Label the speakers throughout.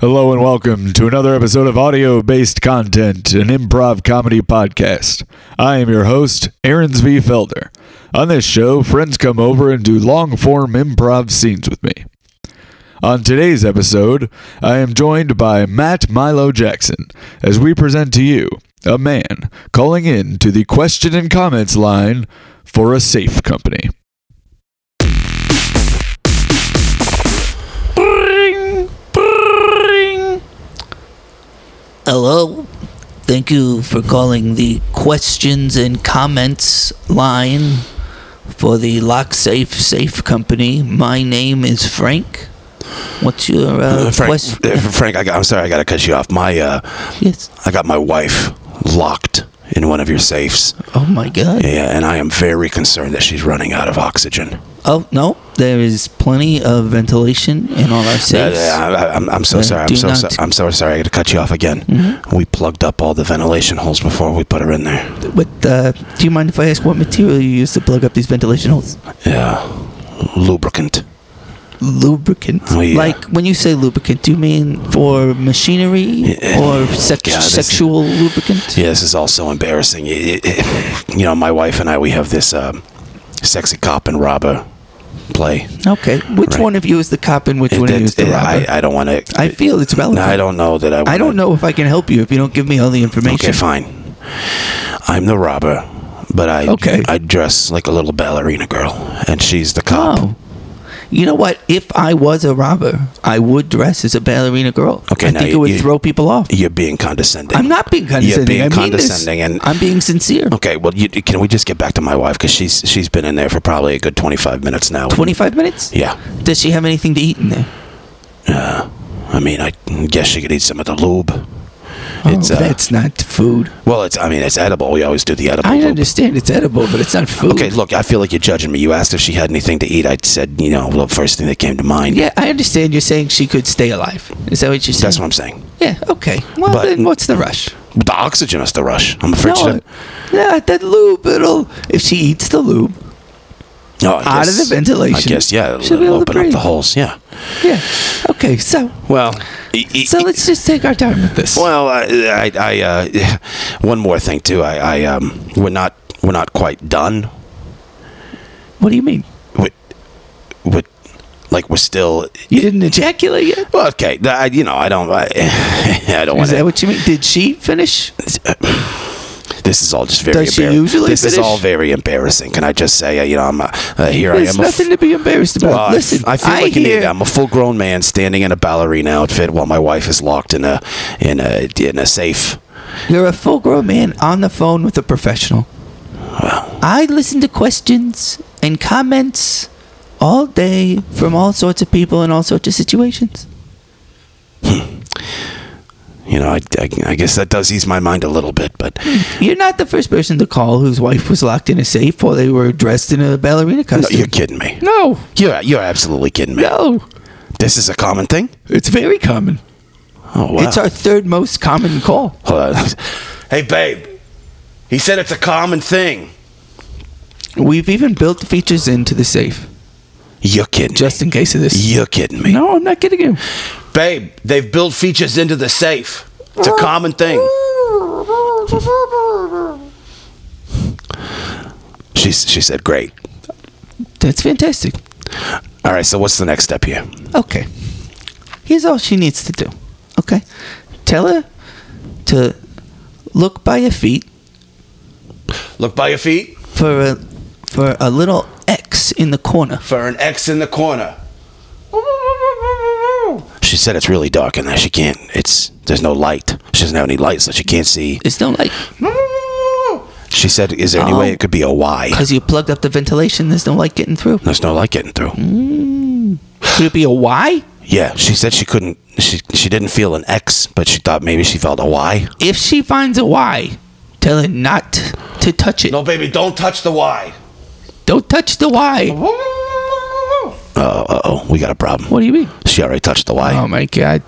Speaker 1: Hello and welcome to another episode of Audio Based Content, an improv comedy podcast. I am your host, Aaron's V. Felder. On this show, friends come over and do long form improv scenes with me. On today's episode, I am joined by Matt Milo Jackson as we present to you a man calling in to the question and comments line for a safe company.
Speaker 2: Hello. Thank you for calling the questions and comments line for the LockSafe Safe Company. My name is Frank. What's your uh,
Speaker 3: Uh, Frank,
Speaker 2: question?
Speaker 3: uh, Frank, I got, I'm sorry, I got to cut you off. My, uh,
Speaker 2: Yes.
Speaker 3: I got my wife locked in one of your safes.
Speaker 2: Oh my God.
Speaker 3: Yeah, and I am very concerned that she's running out of oxygen.
Speaker 2: Oh no, there is plenty of ventilation in all our
Speaker 3: Uh,
Speaker 2: safes.
Speaker 3: I, am I'm so
Speaker 2: Uh,
Speaker 3: sorry.
Speaker 2: do
Speaker 3: I'm so,
Speaker 2: not- Mm-hmm.
Speaker 3: so I'm so sorry. I got to cut you off again. We plugged up all the ventilation holes before we put her in there.
Speaker 2: But uh, do you mind if I ask what material you use to plug up these ventilation holes?
Speaker 3: Yeah, lubricant.
Speaker 2: Lubricant.
Speaker 3: Oh, yeah.
Speaker 2: Like when you say lubricant, do you mean for machinery
Speaker 3: Yeah.
Speaker 2: or sex-
Speaker 3: God, this-
Speaker 2: sexual lubricant?
Speaker 3: Yeah, this is all so embarrassing. It- it- it- you know, my wife and I, we have this um, sexy cop and robber play.
Speaker 2: Okay. Which
Speaker 3: Right.
Speaker 2: one of you is the cop and which
Speaker 3: It-
Speaker 2: one of
Speaker 3: it-
Speaker 2: you is the
Speaker 3: it-
Speaker 2: robber?
Speaker 3: I, I don't want to.
Speaker 2: I, feel it's relevant.
Speaker 3: I don't know that I.
Speaker 2: I don't
Speaker 3: wanna-
Speaker 2: know if I can help you if you don't give me all the information.
Speaker 3: Okay, fine. I'm the robber, but I
Speaker 2: Okay.
Speaker 3: I dress like a little ballerina girl, and she's the cop.
Speaker 2: Oh. You know what? If I was a robber, I would dress as a ballerina girl.
Speaker 3: Okay,
Speaker 2: I
Speaker 3: now
Speaker 2: think it
Speaker 3: you-
Speaker 2: would
Speaker 3: you-
Speaker 2: throw people off.
Speaker 3: You're being condescending.
Speaker 2: I'm not being condescending.
Speaker 3: being
Speaker 2: I mean
Speaker 3: condescending
Speaker 2: this.
Speaker 3: and-
Speaker 2: I'm being sincere.
Speaker 3: Okay, well, you, can we just get back to my wife because she's she's been in there for probably a good 25 minutes now.
Speaker 2: 25 minutes?
Speaker 3: Yeah.
Speaker 2: Does she have anything to eat in there?
Speaker 3: I mean, I guess she could eat some of the lube.
Speaker 2: Oh,
Speaker 3: It's, uh,
Speaker 2: that's not food.
Speaker 3: Well, it's I mean, it's edible. We always do the edible.
Speaker 2: I
Speaker 3: lube.
Speaker 2: understand it's edible, but it's not food.
Speaker 3: Okay, look, I feel like you're judging me. You asked if she had anything to eat. I said, you know, the first thing that came to mind.
Speaker 2: Yeah, I understand you're saying she could stay alive. Is that what you're saying?
Speaker 3: That's what I'm saying.
Speaker 2: Yeah, okay. Well,
Speaker 3: But-
Speaker 2: then what's the rush?
Speaker 3: The oxygen is the rush. I'm afraid she
Speaker 2: No, uh,
Speaker 3: didn't-
Speaker 2: yeah, that lube. It'll if she eats the lube.
Speaker 3: Oh, I
Speaker 2: Out of the ventilation.
Speaker 3: I guess, yeah. It'll,
Speaker 2: She'll be
Speaker 3: it'll
Speaker 2: able to
Speaker 3: open up
Speaker 2: breathe.
Speaker 3: the holes, yeah.
Speaker 2: Yeah. Okay. So
Speaker 3: Well, e- e-
Speaker 2: so
Speaker 3: e-
Speaker 2: let's just take our time with this.
Speaker 3: well, I, I, I uh, one more thing too. I, I, um, we're not, we're not quite done.
Speaker 2: What do you mean?
Speaker 3: With, with, like, we're still.
Speaker 2: You didn't ejaculate yet?
Speaker 3: Well, okay. th- I, you know, I don't, I, I don't
Speaker 2: Is
Speaker 3: want
Speaker 2: that
Speaker 3: to.
Speaker 2: what you mean? Did she finish?
Speaker 3: This is all just very.
Speaker 2: Does she
Speaker 3: embar-
Speaker 2: usually
Speaker 3: This is
Speaker 2: finish?
Speaker 3: all very embarrassing. Can I just say, uh, you know, I'm uh, uh, here. I
Speaker 2: There's
Speaker 3: am. a f-
Speaker 2: nothing to be embarrassed about.
Speaker 3: Well, I-
Speaker 2: Listen,
Speaker 3: I feel like an
Speaker 2: hear,
Speaker 3: idiot. I'm a full-grown man standing in a ballerina outfit while my wife is locked in a in a in a safe.
Speaker 2: you're a full-grown man on the phone with a professional. I listen to questions and comments all day from all sorts of people in all sorts of situations.
Speaker 3: you know, I, I, I guess that does ease my mind a little bit, but
Speaker 2: You're not the first person to call whose wife was locked in a safe while they were dressed in a ballerina
Speaker 3: no,
Speaker 2: costume.
Speaker 3: you're kidding me.
Speaker 2: No,
Speaker 3: You're, you're absolutely kidding me.
Speaker 2: no.
Speaker 3: This is a common thing?
Speaker 2: It's very common.
Speaker 3: Oh, wow.
Speaker 2: It's our third most common call.
Speaker 3: Hold on. hey, babe. He said it's a common thing.
Speaker 2: We've even built features into the safe
Speaker 3: You're kidding
Speaker 2: just in case of
Speaker 3: me.
Speaker 2: this.
Speaker 3: You're kidding me.
Speaker 2: No, I'm not kidding you.
Speaker 3: Babe, they've built features into the safe. It's a common thing. She's, she said, great.
Speaker 2: That's fantastic.
Speaker 3: All right, so what's the next step here?
Speaker 2: Okay. Here's all she needs to do. Okay. Tell her to look by her feet
Speaker 3: Look by your feet
Speaker 2: for a for a little X in the corner.
Speaker 3: for an X in the corner. She said it's really dark in there. She can't. It's there's no light. She doesn't have any light, so she can't see.
Speaker 2: It's no light
Speaker 3: She said, "Is there any way it could be a Y?"
Speaker 2: because you plugged up the ventilation. There's no light getting through.
Speaker 3: There's no light getting through.
Speaker 2: Could it be a Y?
Speaker 3: Yeah, she said she couldn't. She she didn't feel an X, but she thought maybe she felt a Y.
Speaker 2: If she finds a Y, tell her not to touch it.
Speaker 3: baby, don't touch the Y.
Speaker 2: Don't touch the Y.
Speaker 3: Oh, uh oh, we got a problem.
Speaker 2: What do you mean?
Speaker 3: She already touched the Y.
Speaker 2: Oh my god.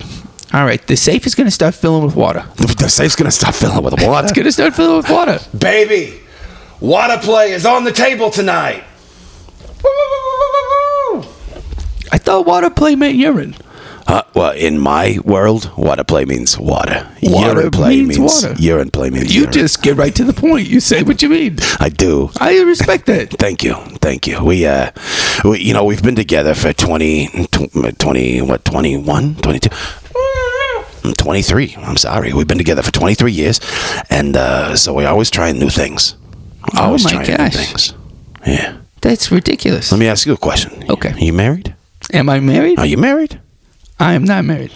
Speaker 2: All right, the safe is going to start filling with water.
Speaker 3: the safe's gonna stop filling with water.
Speaker 2: It's going to start filling with water.
Speaker 3: Baby, water play is on the table tonight.
Speaker 2: I thought water play meant urine.
Speaker 3: Uh, well, in my world, water play means water.
Speaker 2: Water
Speaker 3: urine play
Speaker 2: means water.
Speaker 3: urine play means
Speaker 2: You
Speaker 3: urine.
Speaker 2: just get right to the point. You say what you mean.
Speaker 3: I do.
Speaker 2: I respect that.
Speaker 3: Thank you. Thank you. We, uh, we, you know, we've been together for 20, tw- 20 what, 21, 22, Mm, 23. I'm sorry. We've been together for 23 years. And uh, so we're always trying new things. Always
Speaker 2: Oh my
Speaker 3: trying
Speaker 2: gosh.
Speaker 3: new things. Yeah.
Speaker 2: That's ridiculous.
Speaker 3: Let me ask you a question.
Speaker 2: Okay.
Speaker 3: Are you married?
Speaker 2: Am I married?
Speaker 3: Are you married?
Speaker 2: I am not married.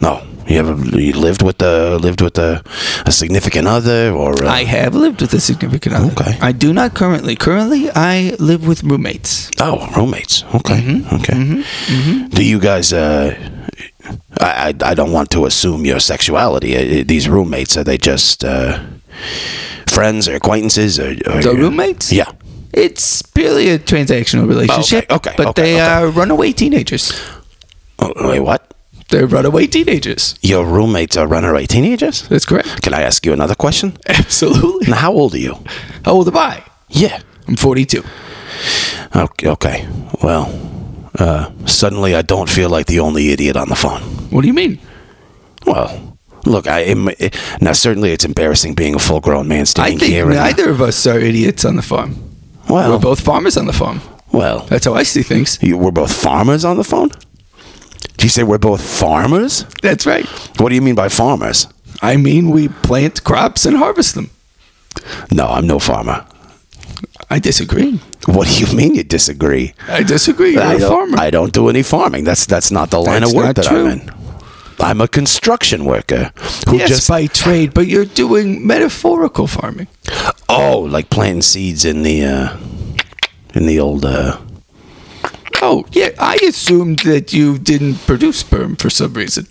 Speaker 3: No. You ever you lived with the lived with a, a significant other or uh,
Speaker 2: I have lived with a significant other.
Speaker 3: Okay.
Speaker 2: I do not currently. Currently, I live with roommates.
Speaker 3: Oh, roommates. Okay.
Speaker 2: Mm-hmm.
Speaker 3: Okay. Do you guys? Uh, I, I I don't want to assume your sexuality. Uh, uh, these roommates are they just uh, friends or acquaintances or, or
Speaker 2: The roommates?
Speaker 3: Yeah.
Speaker 2: It's purely a transactional relationship.
Speaker 3: okay,
Speaker 2: But
Speaker 3: okay,
Speaker 2: they
Speaker 3: okay.
Speaker 2: are runaway teenagers.
Speaker 3: Oh, wait, what?
Speaker 2: They're runaway teenagers.
Speaker 3: Your roommates are runaway teenagers?
Speaker 2: That's correct.
Speaker 3: Can I ask you another question?
Speaker 2: Absolutely.
Speaker 3: Now, how old are you?
Speaker 2: How old am I?
Speaker 3: Yeah.
Speaker 2: I'm 42.
Speaker 3: Okay. okay. Well, uh, suddenly I don't feel like the only idiot on the phone.
Speaker 2: What do you mean?
Speaker 3: Well, look, I am it, now. Certainly, it's embarrassing being a full-grown man
Speaker 2: I
Speaker 3: standing
Speaker 2: think
Speaker 3: here. and,
Speaker 2: neither of us are idiots on the farm.
Speaker 3: well,
Speaker 2: We're both farmers on the farm.
Speaker 3: well,
Speaker 2: That's how I see things.
Speaker 3: you, we're both farmers on the phone. Did you say we're both farmers?
Speaker 2: That's right.
Speaker 3: What do you mean by farmers?
Speaker 2: I mean, we plant crops and harvest them.
Speaker 3: No, I'm no farmer.
Speaker 2: I disagree.
Speaker 3: What do you mean you disagree?
Speaker 2: I disagree. You're
Speaker 3: I
Speaker 2: a
Speaker 3: don't,
Speaker 2: farmer.
Speaker 3: I don't do any farming. That's that's not the line
Speaker 2: That's
Speaker 3: of work
Speaker 2: not
Speaker 3: that
Speaker 2: true.
Speaker 3: I'm in. I'm a construction worker who
Speaker 2: yes,
Speaker 3: just
Speaker 2: by trade, but you're doing metaphorical farming.
Speaker 3: oh, like planting seeds in the uh, in the old. Uh,
Speaker 2: Oh, yeah. I assumed that you didn't produce sperm for some reason.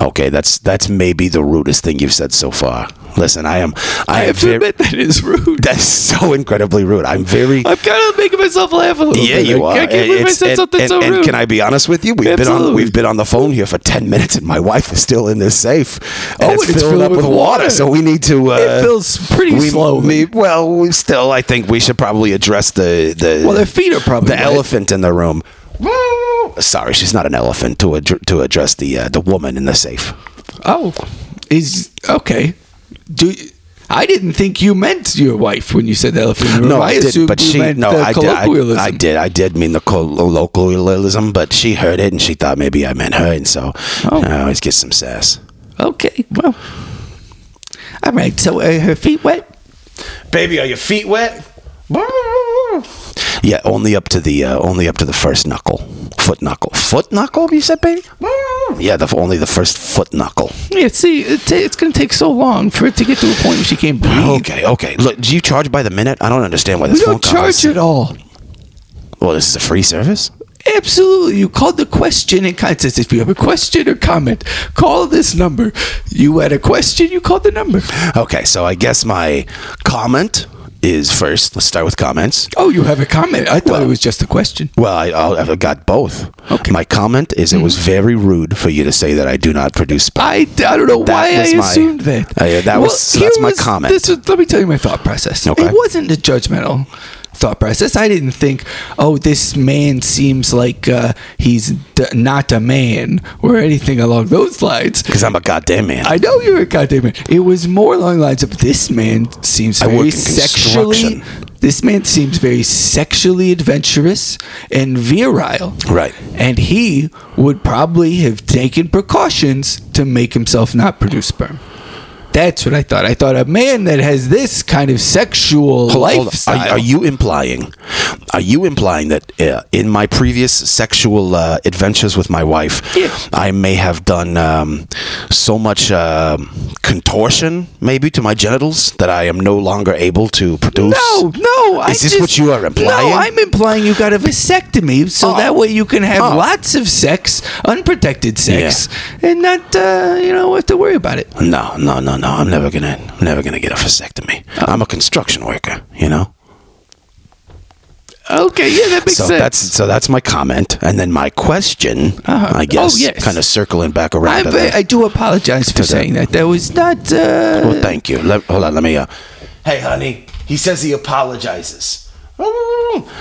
Speaker 3: Okay, that's that's maybe the rudest thing you've said so far. Listen, I am I,
Speaker 2: I
Speaker 3: am
Speaker 2: have to
Speaker 3: very,
Speaker 2: admit that is rude.
Speaker 3: that's so incredibly rude. I'm very
Speaker 2: I'm kind of making myself laugh a little
Speaker 3: yeah,
Speaker 2: bit.
Speaker 3: you
Speaker 2: I
Speaker 3: are.
Speaker 2: can't believe I
Speaker 3: It's-
Speaker 2: said
Speaker 3: and,
Speaker 2: something
Speaker 3: and-
Speaker 2: so
Speaker 3: and
Speaker 2: rude.
Speaker 3: can I be honest with you? We've been
Speaker 2: Absolutely.
Speaker 3: on we've been on the phone here for ten minutes, and my wife is still in this safe. And
Speaker 2: Oh,
Speaker 3: it's
Speaker 2: and it's
Speaker 3: filled
Speaker 2: filled
Speaker 3: up
Speaker 2: with
Speaker 3: with water,
Speaker 2: water.
Speaker 3: so we need to. Uh,
Speaker 2: it feels pretty
Speaker 3: we,
Speaker 2: slowly.
Speaker 3: we- well, we still, I think we should probably address the the
Speaker 2: Well, their feet are probably
Speaker 3: the
Speaker 2: wet.
Speaker 3: elephant in the room. Sorry, she's not an elephant to ad- to address the uh, the woman in the safe.
Speaker 2: Oh, is okay. Do I didn't think you meant your wife when you said elephant in the room.
Speaker 3: No, I, didn't.
Speaker 2: assumed
Speaker 3: But
Speaker 2: you
Speaker 3: she,
Speaker 2: meant
Speaker 3: no,
Speaker 2: the
Speaker 3: I did, I,
Speaker 2: colloquialism.
Speaker 3: I did. I did mean the colloquialism, but she heard it and she thought maybe I meant her, and so
Speaker 2: Oh.
Speaker 3: I always get some sass.
Speaker 2: Okay, well, all right. So uh, her feet wet.
Speaker 3: Baby, are your feet wet? Yeah, only up to the uh, only up to the first knuckle, foot knuckle, foot knuckle. You said, baby. Yeah, the only the first foot knuckle.
Speaker 2: Yeah, see, it ta- it's going to take so long for it to get to a point where she can't breathe.
Speaker 3: Okay, okay. Look, do you charge by the minute? I don't understand why
Speaker 2: Oh.
Speaker 3: this
Speaker 2: We
Speaker 3: phone
Speaker 2: don't
Speaker 3: call is-
Speaker 2: charge at all.
Speaker 3: Well, this is a free service.
Speaker 2: Absolutely. You called the question in contest. If you have a question or comment, call this number. You had a question, you called the number.
Speaker 3: Okay, so I guess my comment is first. Let's start with comments.
Speaker 2: Oh, you have a comment. I thought
Speaker 3: Well-
Speaker 2: it was just a question.
Speaker 3: Well, I, I, I got both.
Speaker 2: Okay. Mm-hmm.
Speaker 3: My comment is it was very rude for you to say that I do not produce sperm.
Speaker 2: I, I don't know
Speaker 3: That
Speaker 2: why I
Speaker 3: was my-
Speaker 2: assumed that.
Speaker 3: Uh, yeah, that was- so that's
Speaker 2: here
Speaker 3: my comment.
Speaker 2: This was, let me tell you my thought process.
Speaker 3: Okay.
Speaker 2: It wasn't a judgmental thought process. I didn't think, oh, this man seems like uh, he's d- not a man or anything along those lines.
Speaker 3: Because I'm a goddamn man.
Speaker 2: I know you're a goddamn man. It was more along the lines of this man seems
Speaker 3: I work
Speaker 2: very
Speaker 3: in
Speaker 2: sexually.
Speaker 3: construction.
Speaker 2: This man seems very sexually adventurous and virile.
Speaker 3: Right.
Speaker 2: And he would probably have taken precautions to make himself not produce sperm. That's what I thought. I thought a man that has this kind of sexual
Speaker 3: Hold- hold on.
Speaker 2: lifestyle.
Speaker 3: Are, are you implying? Are you implying that uh, in my previous sexual uh, adventures with my wife,
Speaker 2: Yeah.
Speaker 3: I may have done um, so much um contortion, maybe to my genitals, that I am no longer able to produce?
Speaker 2: No, no. I
Speaker 3: Is this
Speaker 2: just-
Speaker 3: what you are implying?
Speaker 2: No, I'm implying you got a vasectomy, so
Speaker 3: Oh.
Speaker 2: that way you can have
Speaker 3: Oh.
Speaker 2: lots of sex, unprotected sex, and not uh, you know have to worry about it.
Speaker 3: No, no, no, no. I'm never gonna, I'm never gonna get a vasectomy.
Speaker 2: Uh.
Speaker 3: I'm a construction worker, you know.
Speaker 2: Okay, yeah, that makes
Speaker 3: so
Speaker 2: sense.
Speaker 3: that's so that's my comment, and then my question,
Speaker 2: Uh-huh.
Speaker 3: I guess,
Speaker 2: Oh, yes.
Speaker 3: kind of circling back around.
Speaker 2: I,
Speaker 3: to
Speaker 2: I,
Speaker 3: the-
Speaker 2: do apologize for
Speaker 3: the-
Speaker 2: saying that. That was not. Uh,
Speaker 3: uh, well, thank you. Let, hold on, let me. Uh, hey, honey, he says he apologizes.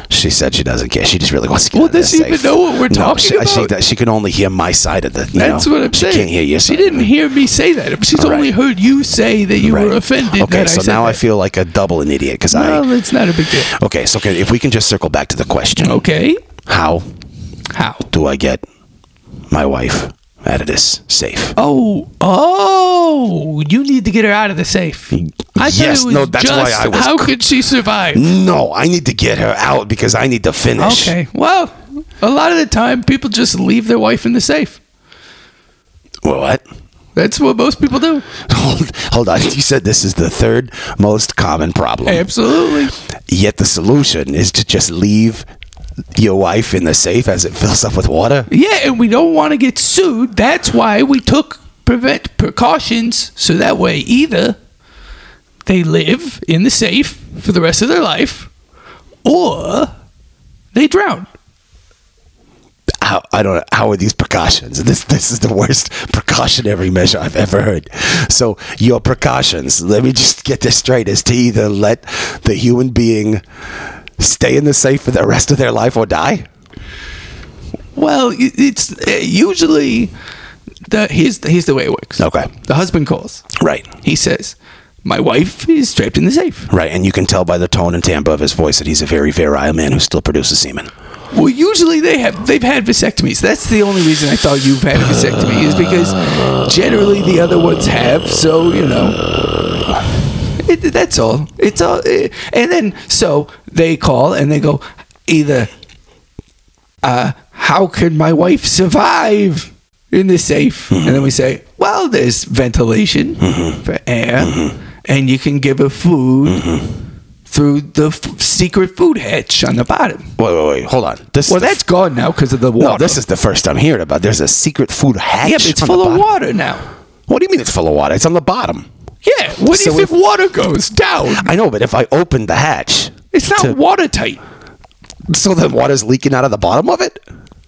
Speaker 3: She said she doesn't care. She just really wants to get
Speaker 2: Well,
Speaker 3: out of there
Speaker 2: does she even
Speaker 3: safe.
Speaker 2: know what we're
Speaker 3: No,
Speaker 2: talking
Speaker 3: she, She,
Speaker 2: about?
Speaker 3: that she can only hear my side of the. You
Speaker 2: That's
Speaker 3: know,
Speaker 2: what I'm
Speaker 3: she
Speaker 2: saying.
Speaker 3: She can't hear your
Speaker 2: She
Speaker 3: side.
Speaker 2: didn't hear me say that. She's
Speaker 3: Right.
Speaker 2: only heard you say that you were
Speaker 3: Right.
Speaker 2: offended.
Speaker 3: Okay,
Speaker 2: that
Speaker 3: so
Speaker 2: I said
Speaker 3: now I
Speaker 2: that.
Speaker 3: feel like a double an idiot because
Speaker 2: Well, it's not a big deal.
Speaker 3: I. Okay, so okay, if we can just circle back to the question.
Speaker 2: Okay.
Speaker 3: How
Speaker 2: How?
Speaker 3: do I get my wife out of this safe?
Speaker 2: Oh, oh! You need to get her out of the safe. I thought
Speaker 3: Yes,
Speaker 2: it was
Speaker 3: no, that's why
Speaker 2: just
Speaker 3: I was-
Speaker 2: How could she survive?
Speaker 3: No, I need to get her out because I need to finish.
Speaker 2: Okay. Well, a lot of the time, people just leave their wife in the safe.
Speaker 3: What?
Speaker 2: That's what most people do.
Speaker 3: Hold, hold on. You said this is the third most common problem.
Speaker 2: Absolutely.
Speaker 3: Yet the solution is to just leave your wife in the safe as it fills up with water.
Speaker 2: Yeah, and we don't want to get sued. That's why we took prevent precautions so that way either they live in the safe for the rest of their life or they drown.
Speaker 3: How, I don't know. How are these precautions? This this is the worst precautionary measure I've ever heard. So your precautions. Let me just get this straight: is to either let the human being stay in the safe for the rest of their life or die.
Speaker 2: Well, it- it's uh, usually the here's the, here's the way it works.
Speaker 3: Okay.
Speaker 2: The husband calls.
Speaker 3: Right.
Speaker 2: He says, "My wife is trapped in the safe."
Speaker 3: Right. And you can tell by the tone and timbre of his voice that he's a very virile man who still produces semen.
Speaker 2: Well, usually they have they've had vasectomies. That's the only reason I thought you've had a vasectomy is because generally the other ones have. So you know, it, that's all. It's all. eh, and then so they call and they go either, uh, how could my wife survive in the safe? And then we say, well, there's ventilation for air, and you can give her food. Through the f- secret food hatch on the bottom.
Speaker 3: Wait, wait, wait. Hold on. This
Speaker 2: Well,
Speaker 3: is the
Speaker 2: that's gone now because of the water.
Speaker 3: No, this is the first I'm hearing about. There's a secret food hatch.
Speaker 2: yeah, but it's
Speaker 3: on the
Speaker 2: full of
Speaker 3: bottom.
Speaker 2: water now.
Speaker 3: What do you mean it's full of water? It's on the bottom.
Speaker 2: Yeah, what
Speaker 3: So
Speaker 2: if, if water goes down?
Speaker 3: I know, but if I open the hatch,
Speaker 2: It's not
Speaker 3: To-
Speaker 2: watertight.
Speaker 3: so the water's leaking out of the bottom of it.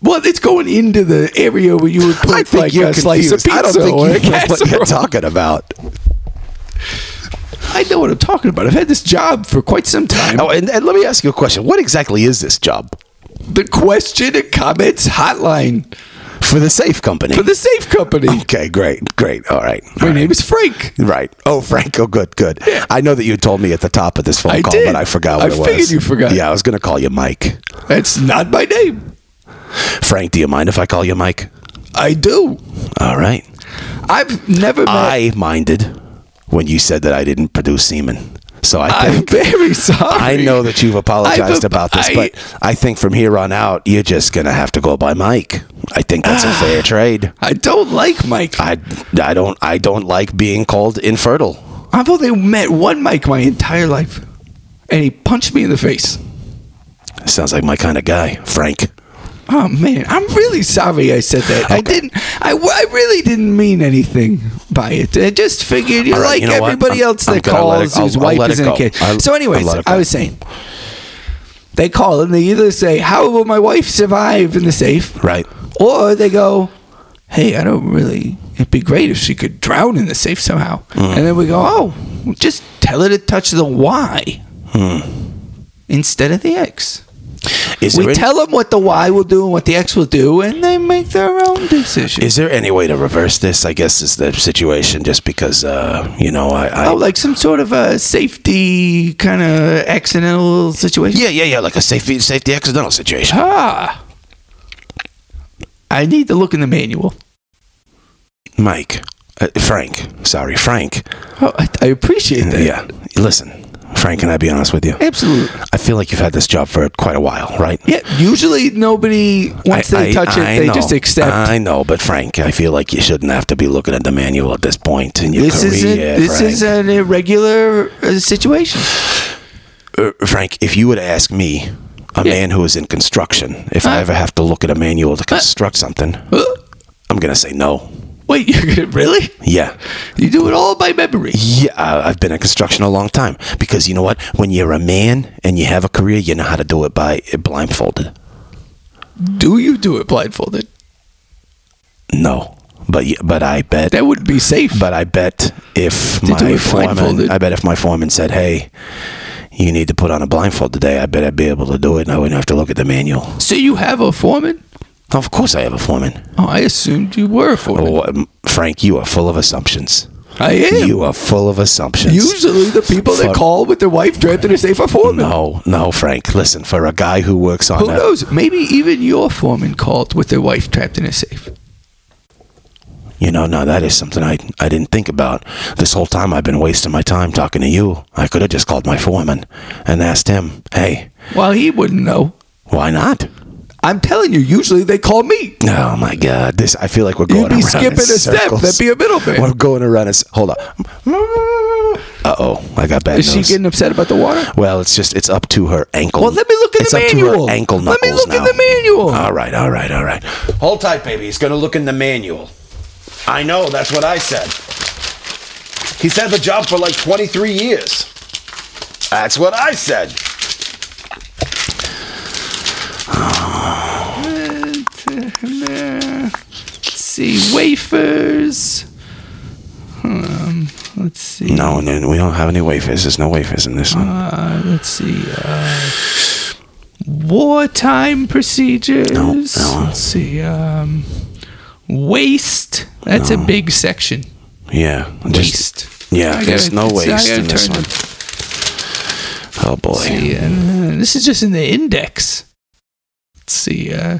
Speaker 2: Well, it's going into the area where you would put
Speaker 3: I think
Speaker 2: like
Speaker 3: you're
Speaker 2: a slice of
Speaker 3: confused.
Speaker 2: pizza
Speaker 3: I don't think
Speaker 2: or a
Speaker 3: you know what you're
Speaker 2: casserole.
Speaker 3: talking about.
Speaker 2: I know what I'm talking about. I've had this job for quite some time.
Speaker 3: Oh, and, and let me ask you a question. What exactly is this job
Speaker 2: The question and comments hotline
Speaker 3: for the safe company?
Speaker 2: for the safe company.
Speaker 3: okay, great, great. All right.
Speaker 2: My name is Frank.
Speaker 3: Right. Oh, Franco, good, good.
Speaker 2: Yeah.
Speaker 3: I know that you told me at the top of this phone
Speaker 2: I
Speaker 3: call,
Speaker 2: did.
Speaker 3: but I forgot
Speaker 2: I
Speaker 3: what it was.
Speaker 2: figured you forgot.
Speaker 3: Yeah, I was going to call you Mike.
Speaker 2: That's not my name.
Speaker 3: Frank, do you mind if I call you Mike?
Speaker 2: I do.
Speaker 3: All right.
Speaker 2: I've never met.
Speaker 3: I minded when you said that I didn't produce semen. So I
Speaker 2: I'm
Speaker 3: think
Speaker 2: very sorry.
Speaker 3: I know that you've apologized
Speaker 2: I've-
Speaker 3: about this,
Speaker 2: I-
Speaker 3: but I think from here on out you're just gonna have to go by Mike. I think that's a fair trade.
Speaker 2: I don't like Mike.
Speaker 3: I, I don't I don't like being called infertile.
Speaker 2: I've only met one Mike my entire life, and he punched me in the face.
Speaker 3: Sounds like my kind of guy, Frank.
Speaker 2: Oh man, I'm really sorry I said that. I
Speaker 3: Okay.
Speaker 2: didn't. I, w- I really didn't mean anything by it. I just figured you're
Speaker 3: All
Speaker 2: like
Speaker 3: right, you know what?
Speaker 2: everybody
Speaker 3: I'm-
Speaker 2: else
Speaker 3: I'm
Speaker 2: that
Speaker 3: gonna let it-
Speaker 2: calls whose
Speaker 3: I'll- I'll
Speaker 2: wife
Speaker 3: let it
Speaker 2: is in a
Speaker 3: go.
Speaker 2: kid.
Speaker 3: I'll-
Speaker 2: so, anyways,
Speaker 3: I'll let it
Speaker 2: I
Speaker 3: go.
Speaker 2: was saying they call and they either say, "How will my wife survive in the safe?"
Speaker 3: Right.
Speaker 2: Or they go, "Hey, I don't really. It'd be great if she could drown in the safe somehow."
Speaker 3: Hmm.
Speaker 2: And then we go, "Oh, just tell her to touch the Y instead of the X."
Speaker 3: Hmm. Is there
Speaker 2: We
Speaker 3: any,
Speaker 2: tell them what the Y will do and what the X will do, and they make their own decision.
Speaker 3: is there any way to reverse this? I guess is the situation just because uh, you know I, I
Speaker 2: oh, like some sort of a safety kind of accidental situation.
Speaker 3: yeah yeah yeah like a safety safety accidental situation.
Speaker 2: Ah. I need to look in the manual.
Speaker 3: Mike, uh, Frank, sorry, Frank.
Speaker 2: Oh, I, I appreciate that.
Speaker 3: Yeah, listen, Frank. Can I be honest with you?
Speaker 2: Absolutely.
Speaker 3: I feel like you've had this job for quite a while, right?
Speaker 2: Yeah. Usually, nobody once they touch it,
Speaker 3: I
Speaker 2: they
Speaker 3: know.
Speaker 2: just accept.
Speaker 3: I know, but Frank, I feel like you shouldn't have to be looking at the manual at this point in your
Speaker 2: this
Speaker 3: career.
Speaker 2: is a, this
Speaker 3: Frank.
Speaker 2: is an irregular uh, situation.
Speaker 3: Uh, Frank, if you would ask me, a man who is in construction, if I
Speaker 2: Huh?
Speaker 3: ever have to look at a manual to construct something,
Speaker 2: Huh?
Speaker 3: I'm gonna say no.
Speaker 2: Uh, Wait, you're gonna really?
Speaker 3: Yeah.
Speaker 2: You do it all by memory.
Speaker 3: Yeah, I- I've been in construction a long time because you know what? When you're a man and you have a career, you know how to do it by blindfolded.
Speaker 2: Do you do it blindfolded?
Speaker 3: No, but y- but I bet
Speaker 2: That would be safe.
Speaker 3: But I bet if
Speaker 2: do
Speaker 3: my
Speaker 2: it
Speaker 3: foreman,
Speaker 2: blindfolded.
Speaker 3: I bet if my foreman said, "Hey, You need to put on a blindfold today. I bet I'd be able to do it, and I wouldn't have to look at the manual.
Speaker 2: So you have a foreman?
Speaker 3: Of course, I have a foreman.
Speaker 2: Oh, I assumed you were a foreman.
Speaker 3: What, Frank, you are full of assumptions.
Speaker 2: I am.
Speaker 3: You are full of assumptions.
Speaker 2: Usually the people that
Speaker 3: Fuck.
Speaker 2: call with their wife dreamt in a safe are foreman.
Speaker 3: No, no, Frank. Listen, for a guy who works on
Speaker 2: Who
Speaker 3: a-
Speaker 2: knows? Maybe even your foreman called with their wife trapped in a safe.
Speaker 3: You know, no, that is something I, I didn't think about. This whole time I've been wasting my time talking to you. I could have just called my foreman and asked him, hey,
Speaker 2: Well, he wouldn't know.
Speaker 3: why not?
Speaker 2: I'm telling you, usually they call me.
Speaker 3: Oh my God! This I feel like we're going
Speaker 2: You'd be
Speaker 3: around
Speaker 2: skipping a
Speaker 3: in
Speaker 2: step.
Speaker 3: circles.
Speaker 2: That'd be a middleman.
Speaker 3: We're going around. Us. Hold on. Uh oh, I got bad
Speaker 2: Is she
Speaker 3: news.
Speaker 2: getting upset about the water?
Speaker 3: well, it's just it's up to her ankle.
Speaker 2: Well, let me look at
Speaker 3: it's
Speaker 2: the
Speaker 3: up To
Speaker 2: manual.
Speaker 3: her ankle
Speaker 2: Let me
Speaker 3: knuckles
Speaker 2: look at
Speaker 3: now.
Speaker 2: the manual.
Speaker 3: All right, all right, all right. Hold tight, baby. He's gonna look in the manual. I know. That's what I said. He's had the job for like 23 years. That's what I said.
Speaker 2: Let's see, wafers. Um, let's see.
Speaker 3: No, no, no, we don't have any wafers. There's no wafers in this one.
Speaker 2: Uh, let's see. Uh, wartime procedures.
Speaker 3: no.
Speaker 2: Let's see. Um, waste. That's a big section.
Speaker 3: Yeah, just
Speaker 2: Waste.
Speaker 3: yeah.
Speaker 2: I
Speaker 3: There's
Speaker 2: gotta-
Speaker 3: no
Speaker 2: it's- I
Speaker 3: waste
Speaker 2: gotta
Speaker 3: in this
Speaker 2: turn
Speaker 3: one.
Speaker 2: the-
Speaker 3: Oh boy.
Speaker 2: see, uh, this is just in the index. Let's see. Uh,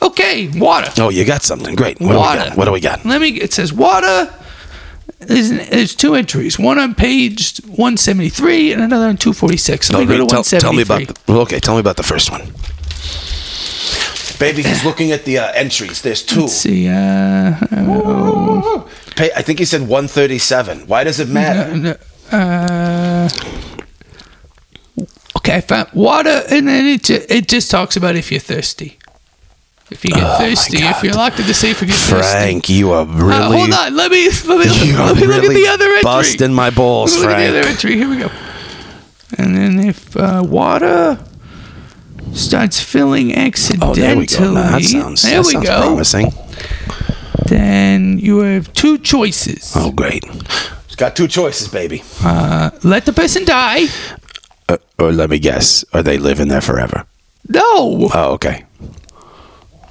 Speaker 2: okay, water.
Speaker 3: Oh, you got something. Great. What do we
Speaker 2: Water.
Speaker 3: got? What do we got?
Speaker 2: Let me. It says water. There's, there's two entries. One on page 173 and another on 246. Let me go to
Speaker 3: read- tell, tell me
Speaker 2: 173.
Speaker 3: about. The, well, okay, tell me about the first one. Baby, he's looking at the uh, entries. There's two.
Speaker 2: Let's see. Uh, uh,
Speaker 3: Pa- I think he said 137. Why does it matter?
Speaker 2: no, uh, okay, I found water, and then it ju- it just talks about if you're thirsty. If you get thirsty, if
Speaker 3: Oh, God.
Speaker 2: you're locked in the safe, if you're thirsty.
Speaker 3: Frank, you are really.
Speaker 2: Uh, hold on, let me let me,
Speaker 3: You are
Speaker 2: let me look at
Speaker 3: really
Speaker 2: the other entry.
Speaker 3: busting my balls,
Speaker 2: Look at the
Speaker 3: Frank.
Speaker 2: other entry. Here we go. And then if uh, water starts filling accidentally,
Speaker 3: Oh, there we go. Now, that sounds,
Speaker 2: there
Speaker 3: that
Speaker 2: we
Speaker 3: sounds
Speaker 2: go.
Speaker 3: promising.
Speaker 2: Then you have two choices:
Speaker 3: Oh, great. He's got two choices, baby.
Speaker 2: let the person die.
Speaker 3: Uh, or let me guess, are they living there forever?
Speaker 2: No.
Speaker 3: Oh, okay.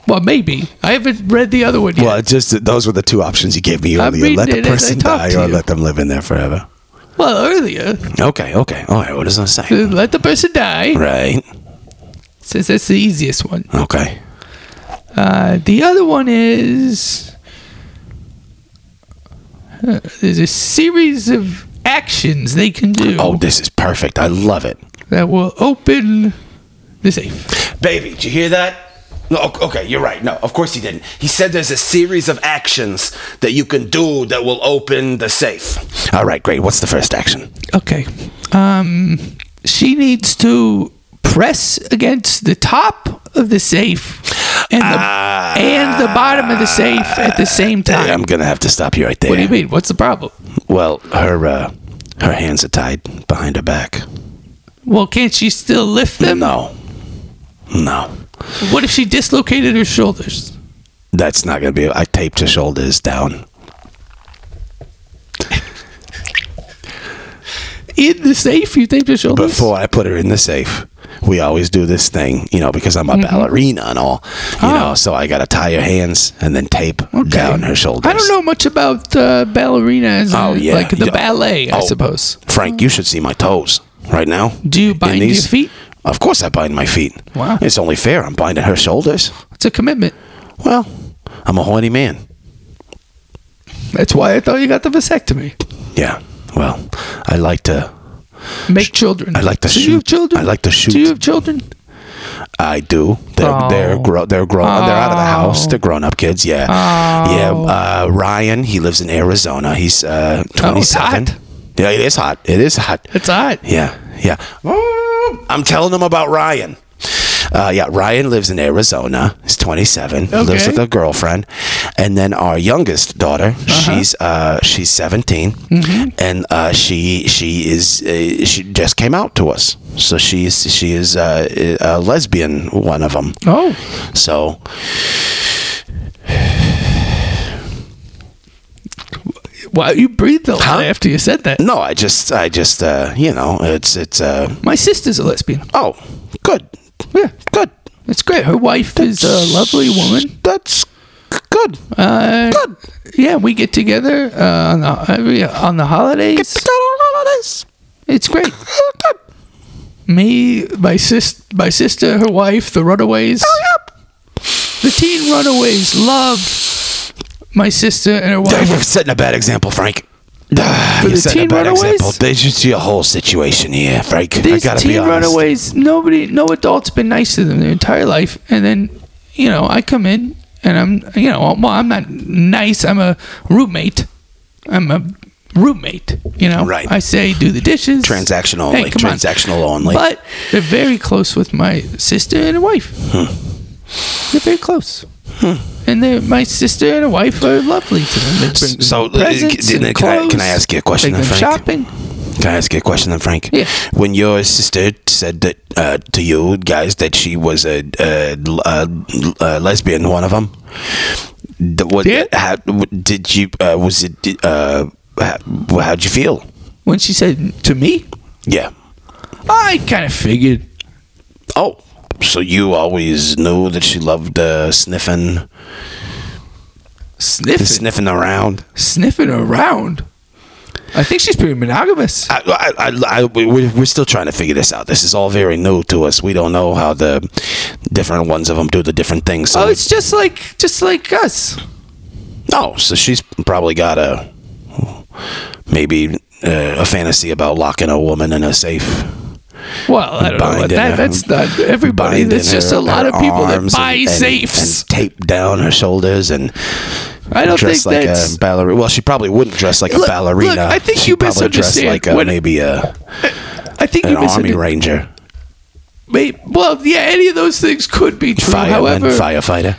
Speaker 2: Well, maybe. I haven't read the other one yet.
Speaker 3: Well, just those were the two options you gave me
Speaker 2: I'm
Speaker 3: earlier. Let
Speaker 2: reading
Speaker 3: the
Speaker 2: it as I
Speaker 3: person
Speaker 2: talk
Speaker 3: die,
Speaker 2: to
Speaker 3: or
Speaker 2: you.
Speaker 3: let them live in there forever.
Speaker 2: Well, earlier,
Speaker 3: Okay, okay. All right. What does that
Speaker 2: uh,
Speaker 3: say?
Speaker 2: let the person die,
Speaker 3: Right.
Speaker 2: since that's the easiest one.
Speaker 3: Okay.
Speaker 2: Uh, the other one is uh, there's a series of actions they can do
Speaker 3: Oh, this is perfect. I love it.
Speaker 2: that will open the safe.
Speaker 3: Baby, did you hear that? No, o- okay, you're right. No, of course he didn't. He said there's a series of actions that you can do that will open the safe. All right, great. What's the first action?
Speaker 2: Okay. Um, she needs to press against the top of the safe and the, and the bottom of the safe at the same time.
Speaker 3: I'm going to have to stop you right there.
Speaker 2: What do you mean? What's the problem?
Speaker 3: Well, her uh, her hands are tied behind her back.
Speaker 2: Well, can't she still lift them?
Speaker 3: No. No.
Speaker 2: What if she dislocated her shoulders?
Speaker 3: That's not going to be I taped her shoulders down.
Speaker 2: In the safe, you taped her shoulders?
Speaker 3: Before I put her in the safe, we always do this thing, you know, because I'm
Speaker 2: Mm-hmm.
Speaker 3: a ballerina and all, you
Speaker 2: Ah.
Speaker 3: know, so I got to tie her hands and then tape down her shoulders.
Speaker 2: I don't know much about uh, ballerinas.
Speaker 3: Oh, yeah.
Speaker 2: Like the
Speaker 3: Yeah.
Speaker 2: ballet, I
Speaker 3: Oh.
Speaker 2: suppose.
Speaker 3: Frank, you should see my toes right now.
Speaker 2: Do you bind your feet?
Speaker 3: Of course I bind my feet.
Speaker 2: Wow.
Speaker 3: It's only fair. I'm binding her shoulders.
Speaker 2: It's a commitment.
Speaker 3: Well, I'm a horny man.
Speaker 2: That's why I thought you got the vasectomy.
Speaker 3: Yeah. Well, I like to.
Speaker 2: Make children.
Speaker 3: I like to
Speaker 2: Do you have
Speaker 3: shoot.
Speaker 2: children?
Speaker 3: I like to shoot.
Speaker 2: Do you have children?
Speaker 3: I do. They're they're grow, they're grown. They're out of the house. They're grown up kids. Yeah. Yeah. Uh, Ryan, he lives in Arizona. He's uh, 27.
Speaker 2: hot.
Speaker 3: Yeah, it is hot. It is hot.
Speaker 2: That's odd.
Speaker 3: Yeah, yeah. Mm, I'm telling them about Ryan. Uh, yeah, Ryan lives in Arizona. He's 27. Lives
Speaker 2: Okay.
Speaker 3: with a girlfriend, and then our youngest daughter,
Speaker 2: Uh-huh.
Speaker 3: she's uh, she's 17,
Speaker 2: Mm-hmm.
Speaker 3: and uh, she she is uh, she just came out to us. So she's she is uh, a lesbian, one of them.
Speaker 2: Oh,
Speaker 3: So
Speaker 2: Wow, you breathed a lot after you said that.
Speaker 3: No, I just, I just, uh, you know, it's, it's, uh,
Speaker 2: My sister's a lesbian.
Speaker 3: oh, good.
Speaker 2: Yeah,
Speaker 3: Good.
Speaker 2: that's great. Her wife is a lovely woman.
Speaker 3: That's good.
Speaker 2: Uh, Yeah, we get together uh, on, the, every, on the holidays. It's great. Me, my sis, my sister, her wife, the Runaways. The Teen Runaways love my sister and her
Speaker 3: You're
Speaker 2: wife.
Speaker 3: setting a bad example, Frank. Ah, You're
Speaker 2: the
Speaker 3: setting a
Speaker 2: Teen
Speaker 3: bad
Speaker 2: Runaways?
Speaker 3: example. There's just your whole situation here, Frank. I
Speaker 2: These
Speaker 3: gotta be
Speaker 2: Teen
Speaker 3: honest.
Speaker 2: Runaways, nobody, no adult's been nice to them their entire life, and then you know I come in and I'm, you know, well I'm not nice. I'm a roommate. I'm a roommate. You know,
Speaker 3: Right.
Speaker 2: I say do the dishes.
Speaker 3: Transactional only.
Speaker 2: come on.
Speaker 3: Transactional only.
Speaker 2: But they're very close with my sister and her wife.
Speaker 3: Hmm.
Speaker 2: They're very close. And they're, my sister and her wife are lovely to them. They bring them
Speaker 3: so, uh,
Speaker 2: presents
Speaker 3: can-
Speaker 2: and
Speaker 3: can I- can
Speaker 2: clothes.
Speaker 3: I ask you a question
Speaker 2: Take
Speaker 3: then,
Speaker 2: them
Speaker 3: Frank?
Speaker 2: shopping.
Speaker 3: Can I ask you a question then, Frank?
Speaker 2: Yeah.
Speaker 3: When your sister said that uh, to you guys that she was a, a, a, a lesbian, one of them, what,
Speaker 2: Yeah.
Speaker 3: how, what- did you, uh, was it, uh, how, how'd you feel?
Speaker 2: When she said to me,
Speaker 3: Yeah.
Speaker 2: I kind of figured.
Speaker 3: Oh, so you always knew that she loved uh, sniffing,
Speaker 2: Sniffing,
Speaker 3: sniffing around.
Speaker 2: sniffing around. I think she's pretty monogamous.
Speaker 3: I, I, I, I, we- we're, we're still trying to figure this out. This is all very new to us. We don't know how the different ones of them do the different things. So
Speaker 2: oh, it's just like just like us.
Speaker 3: Oh, so she's probably got a maybe uh, a fantasy about locking a woman in a safe.
Speaker 2: Well, I don't know about
Speaker 3: Binding
Speaker 2: that.
Speaker 3: her-
Speaker 2: That's not everybody.
Speaker 3: binding
Speaker 2: That's just
Speaker 3: her-
Speaker 2: a lot
Speaker 3: her
Speaker 2: of people that
Speaker 3: arms
Speaker 2: buy
Speaker 3: and- and-
Speaker 2: safes.
Speaker 3: and tape down her shoulders and
Speaker 2: I don't
Speaker 3: dress
Speaker 2: think
Speaker 3: like
Speaker 2: that's
Speaker 3: a ballerina. Well, she probably wouldn't dress like a
Speaker 2: Look-
Speaker 3: ballerina.
Speaker 2: look, I think
Speaker 3: She'd
Speaker 2: you
Speaker 3: probably dress
Speaker 2: misunderstand
Speaker 3: like a,
Speaker 2: what-
Speaker 3: maybe a
Speaker 2: I think
Speaker 3: an
Speaker 2: you
Speaker 3: army
Speaker 2: misunderstood.
Speaker 3: ranger,
Speaker 2: May well, yeah, any of those things could be true.
Speaker 3: fireman,
Speaker 2: However,
Speaker 3: firefighter.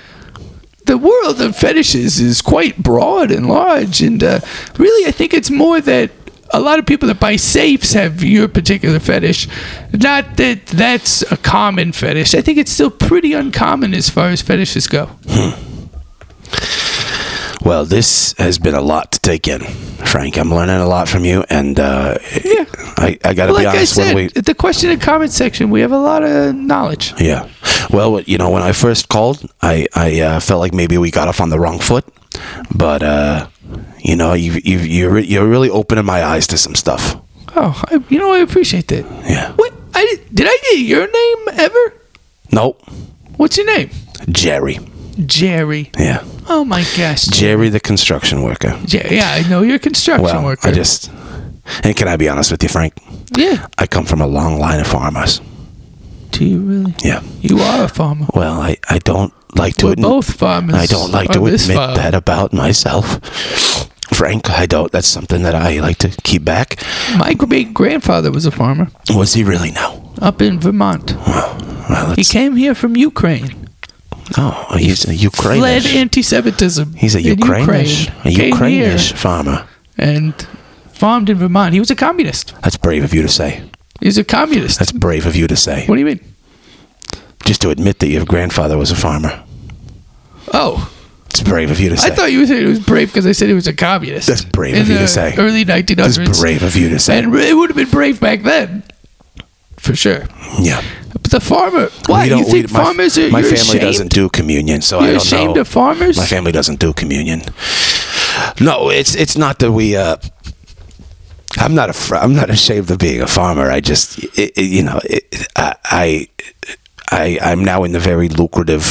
Speaker 2: the world of fetishes is quite broad and large, and uh, really, I think it's more that a lot of people that buy safes have your particular fetish. Not that that's a common fetish. I think it's still pretty uncommon as far as fetishes go.
Speaker 3: Well, this has been a lot to take in, Frank. I'm learning a lot from you, and uh,
Speaker 2: Yeah.
Speaker 3: I, I got to
Speaker 2: Like
Speaker 3: be
Speaker 2: I
Speaker 3: honest.
Speaker 2: said,
Speaker 3: when we
Speaker 2: at the question and comment section, we have a lot of knowledge.
Speaker 3: Yeah. Well, what- you know, when I first called, I I uh, felt like maybe we got off on the wrong foot, but uh, you know, you you you're re- you're really opening my eyes to some stuff.
Speaker 2: Oh, I, you know, I appreciate that.
Speaker 3: Yeah.
Speaker 2: What? I, did- did I get your name ever?
Speaker 3: Nope.
Speaker 2: What's your name?
Speaker 3: Jerry.
Speaker 2: Jerry.
Speaker 3: Yeah.
Speaker 2: Oh my gosh.
Speaker 3: Jerry, the construction worker.
Speaker 2: Yeah, yeah, I know you're a construction
Speaker 3: Well,
Speaker 2: worker.
Speaker 3: I just. And can I be honest with you, Frank?
Speaker 2: yeah.
Speaker 3: I come from a long line of farmers.
Speaker 2: Do you really?
Speaker 3: Yeah.
Speaker 2: You are a farmer.
Speaker 3: Well, I I don't like to
Speaker 2: We're
Speaker 3: admit-
Speaker 2: both farmers.
Speaker 3: I don't like
Speaker 2: on
Speaker 3: to
Speaker 2: this
Speaker 3: admit
Speaker 2: farm.
Speaker 3: that about myself. Frank, I don't. That's something that I like to keep back.
Speaker 2: My great grandfather was a farmer
Speaker 3: Was he really now?
Speaker 2: up in Vermont.
Speaker 3: Well,
Speaker 2: He
Speaker 3: it's-
Speaker 2: came here from Ukraine.
Speaker 3: Oh, he's a
Speaker 2: Fled
Speaker 3: Ukrainian.
Speaker 2: anti-Semitism.
Speaker 3: He's a
Speaker 2: in Ukraine,
Speaker 3: Ukrainian. A
Speaker 2: came here
Speaker 3: Ukrainian farmer.
Speaker 2: and farmed in Vermont. He was a communist.
Speaker 3: That's brave of you to say.
Speaker 2: He was a communist.
Speaker 3: That's brave of you to say.
Speaker 2: what do you mean?
Speaker 3: Just to admit that your grandfather was a farmer.
Speaker 2: Oh,
Speaker 3: It's brave of you to say.
Speaker 2: I thought you were saying it was brave because I said he was a communist.
Speaker 3: That's brave
Speaker 2: in
Speaker 3: of you to
Speaker 2: the
Speaker 3: say.
Speaker 2: Early 1900s.
Speaker 3: That's brave of you to say.
Speaker 2: And it would have been brave back then, for sure.
Speaker 3: yeah.
Speaker 2: But the farmer,
Speaker 3: We
Speaker 2: why
Speaker 3: don't-
Speaker 2: you think
Speaker 3: we- my,
Speaker 2: farmers are?
Speaker 3: My
Speaker 2: you're
Speaker 3: family
Speaker 2: ashamed?
Speaker 3: doesn't do communion, so I
Speaker 2: You're
Speaker 3: don't
Speaker 2: ashamed
Speaker 3: know.
Speaker 2: of farmers?
Speaker 3: My family doesn't do communion. No, it's it's not that we. Uh, I'm not a fr- I'm not ashamed of being a farmer. I just it, it- you know it, I, I I I'm now in the very lucrative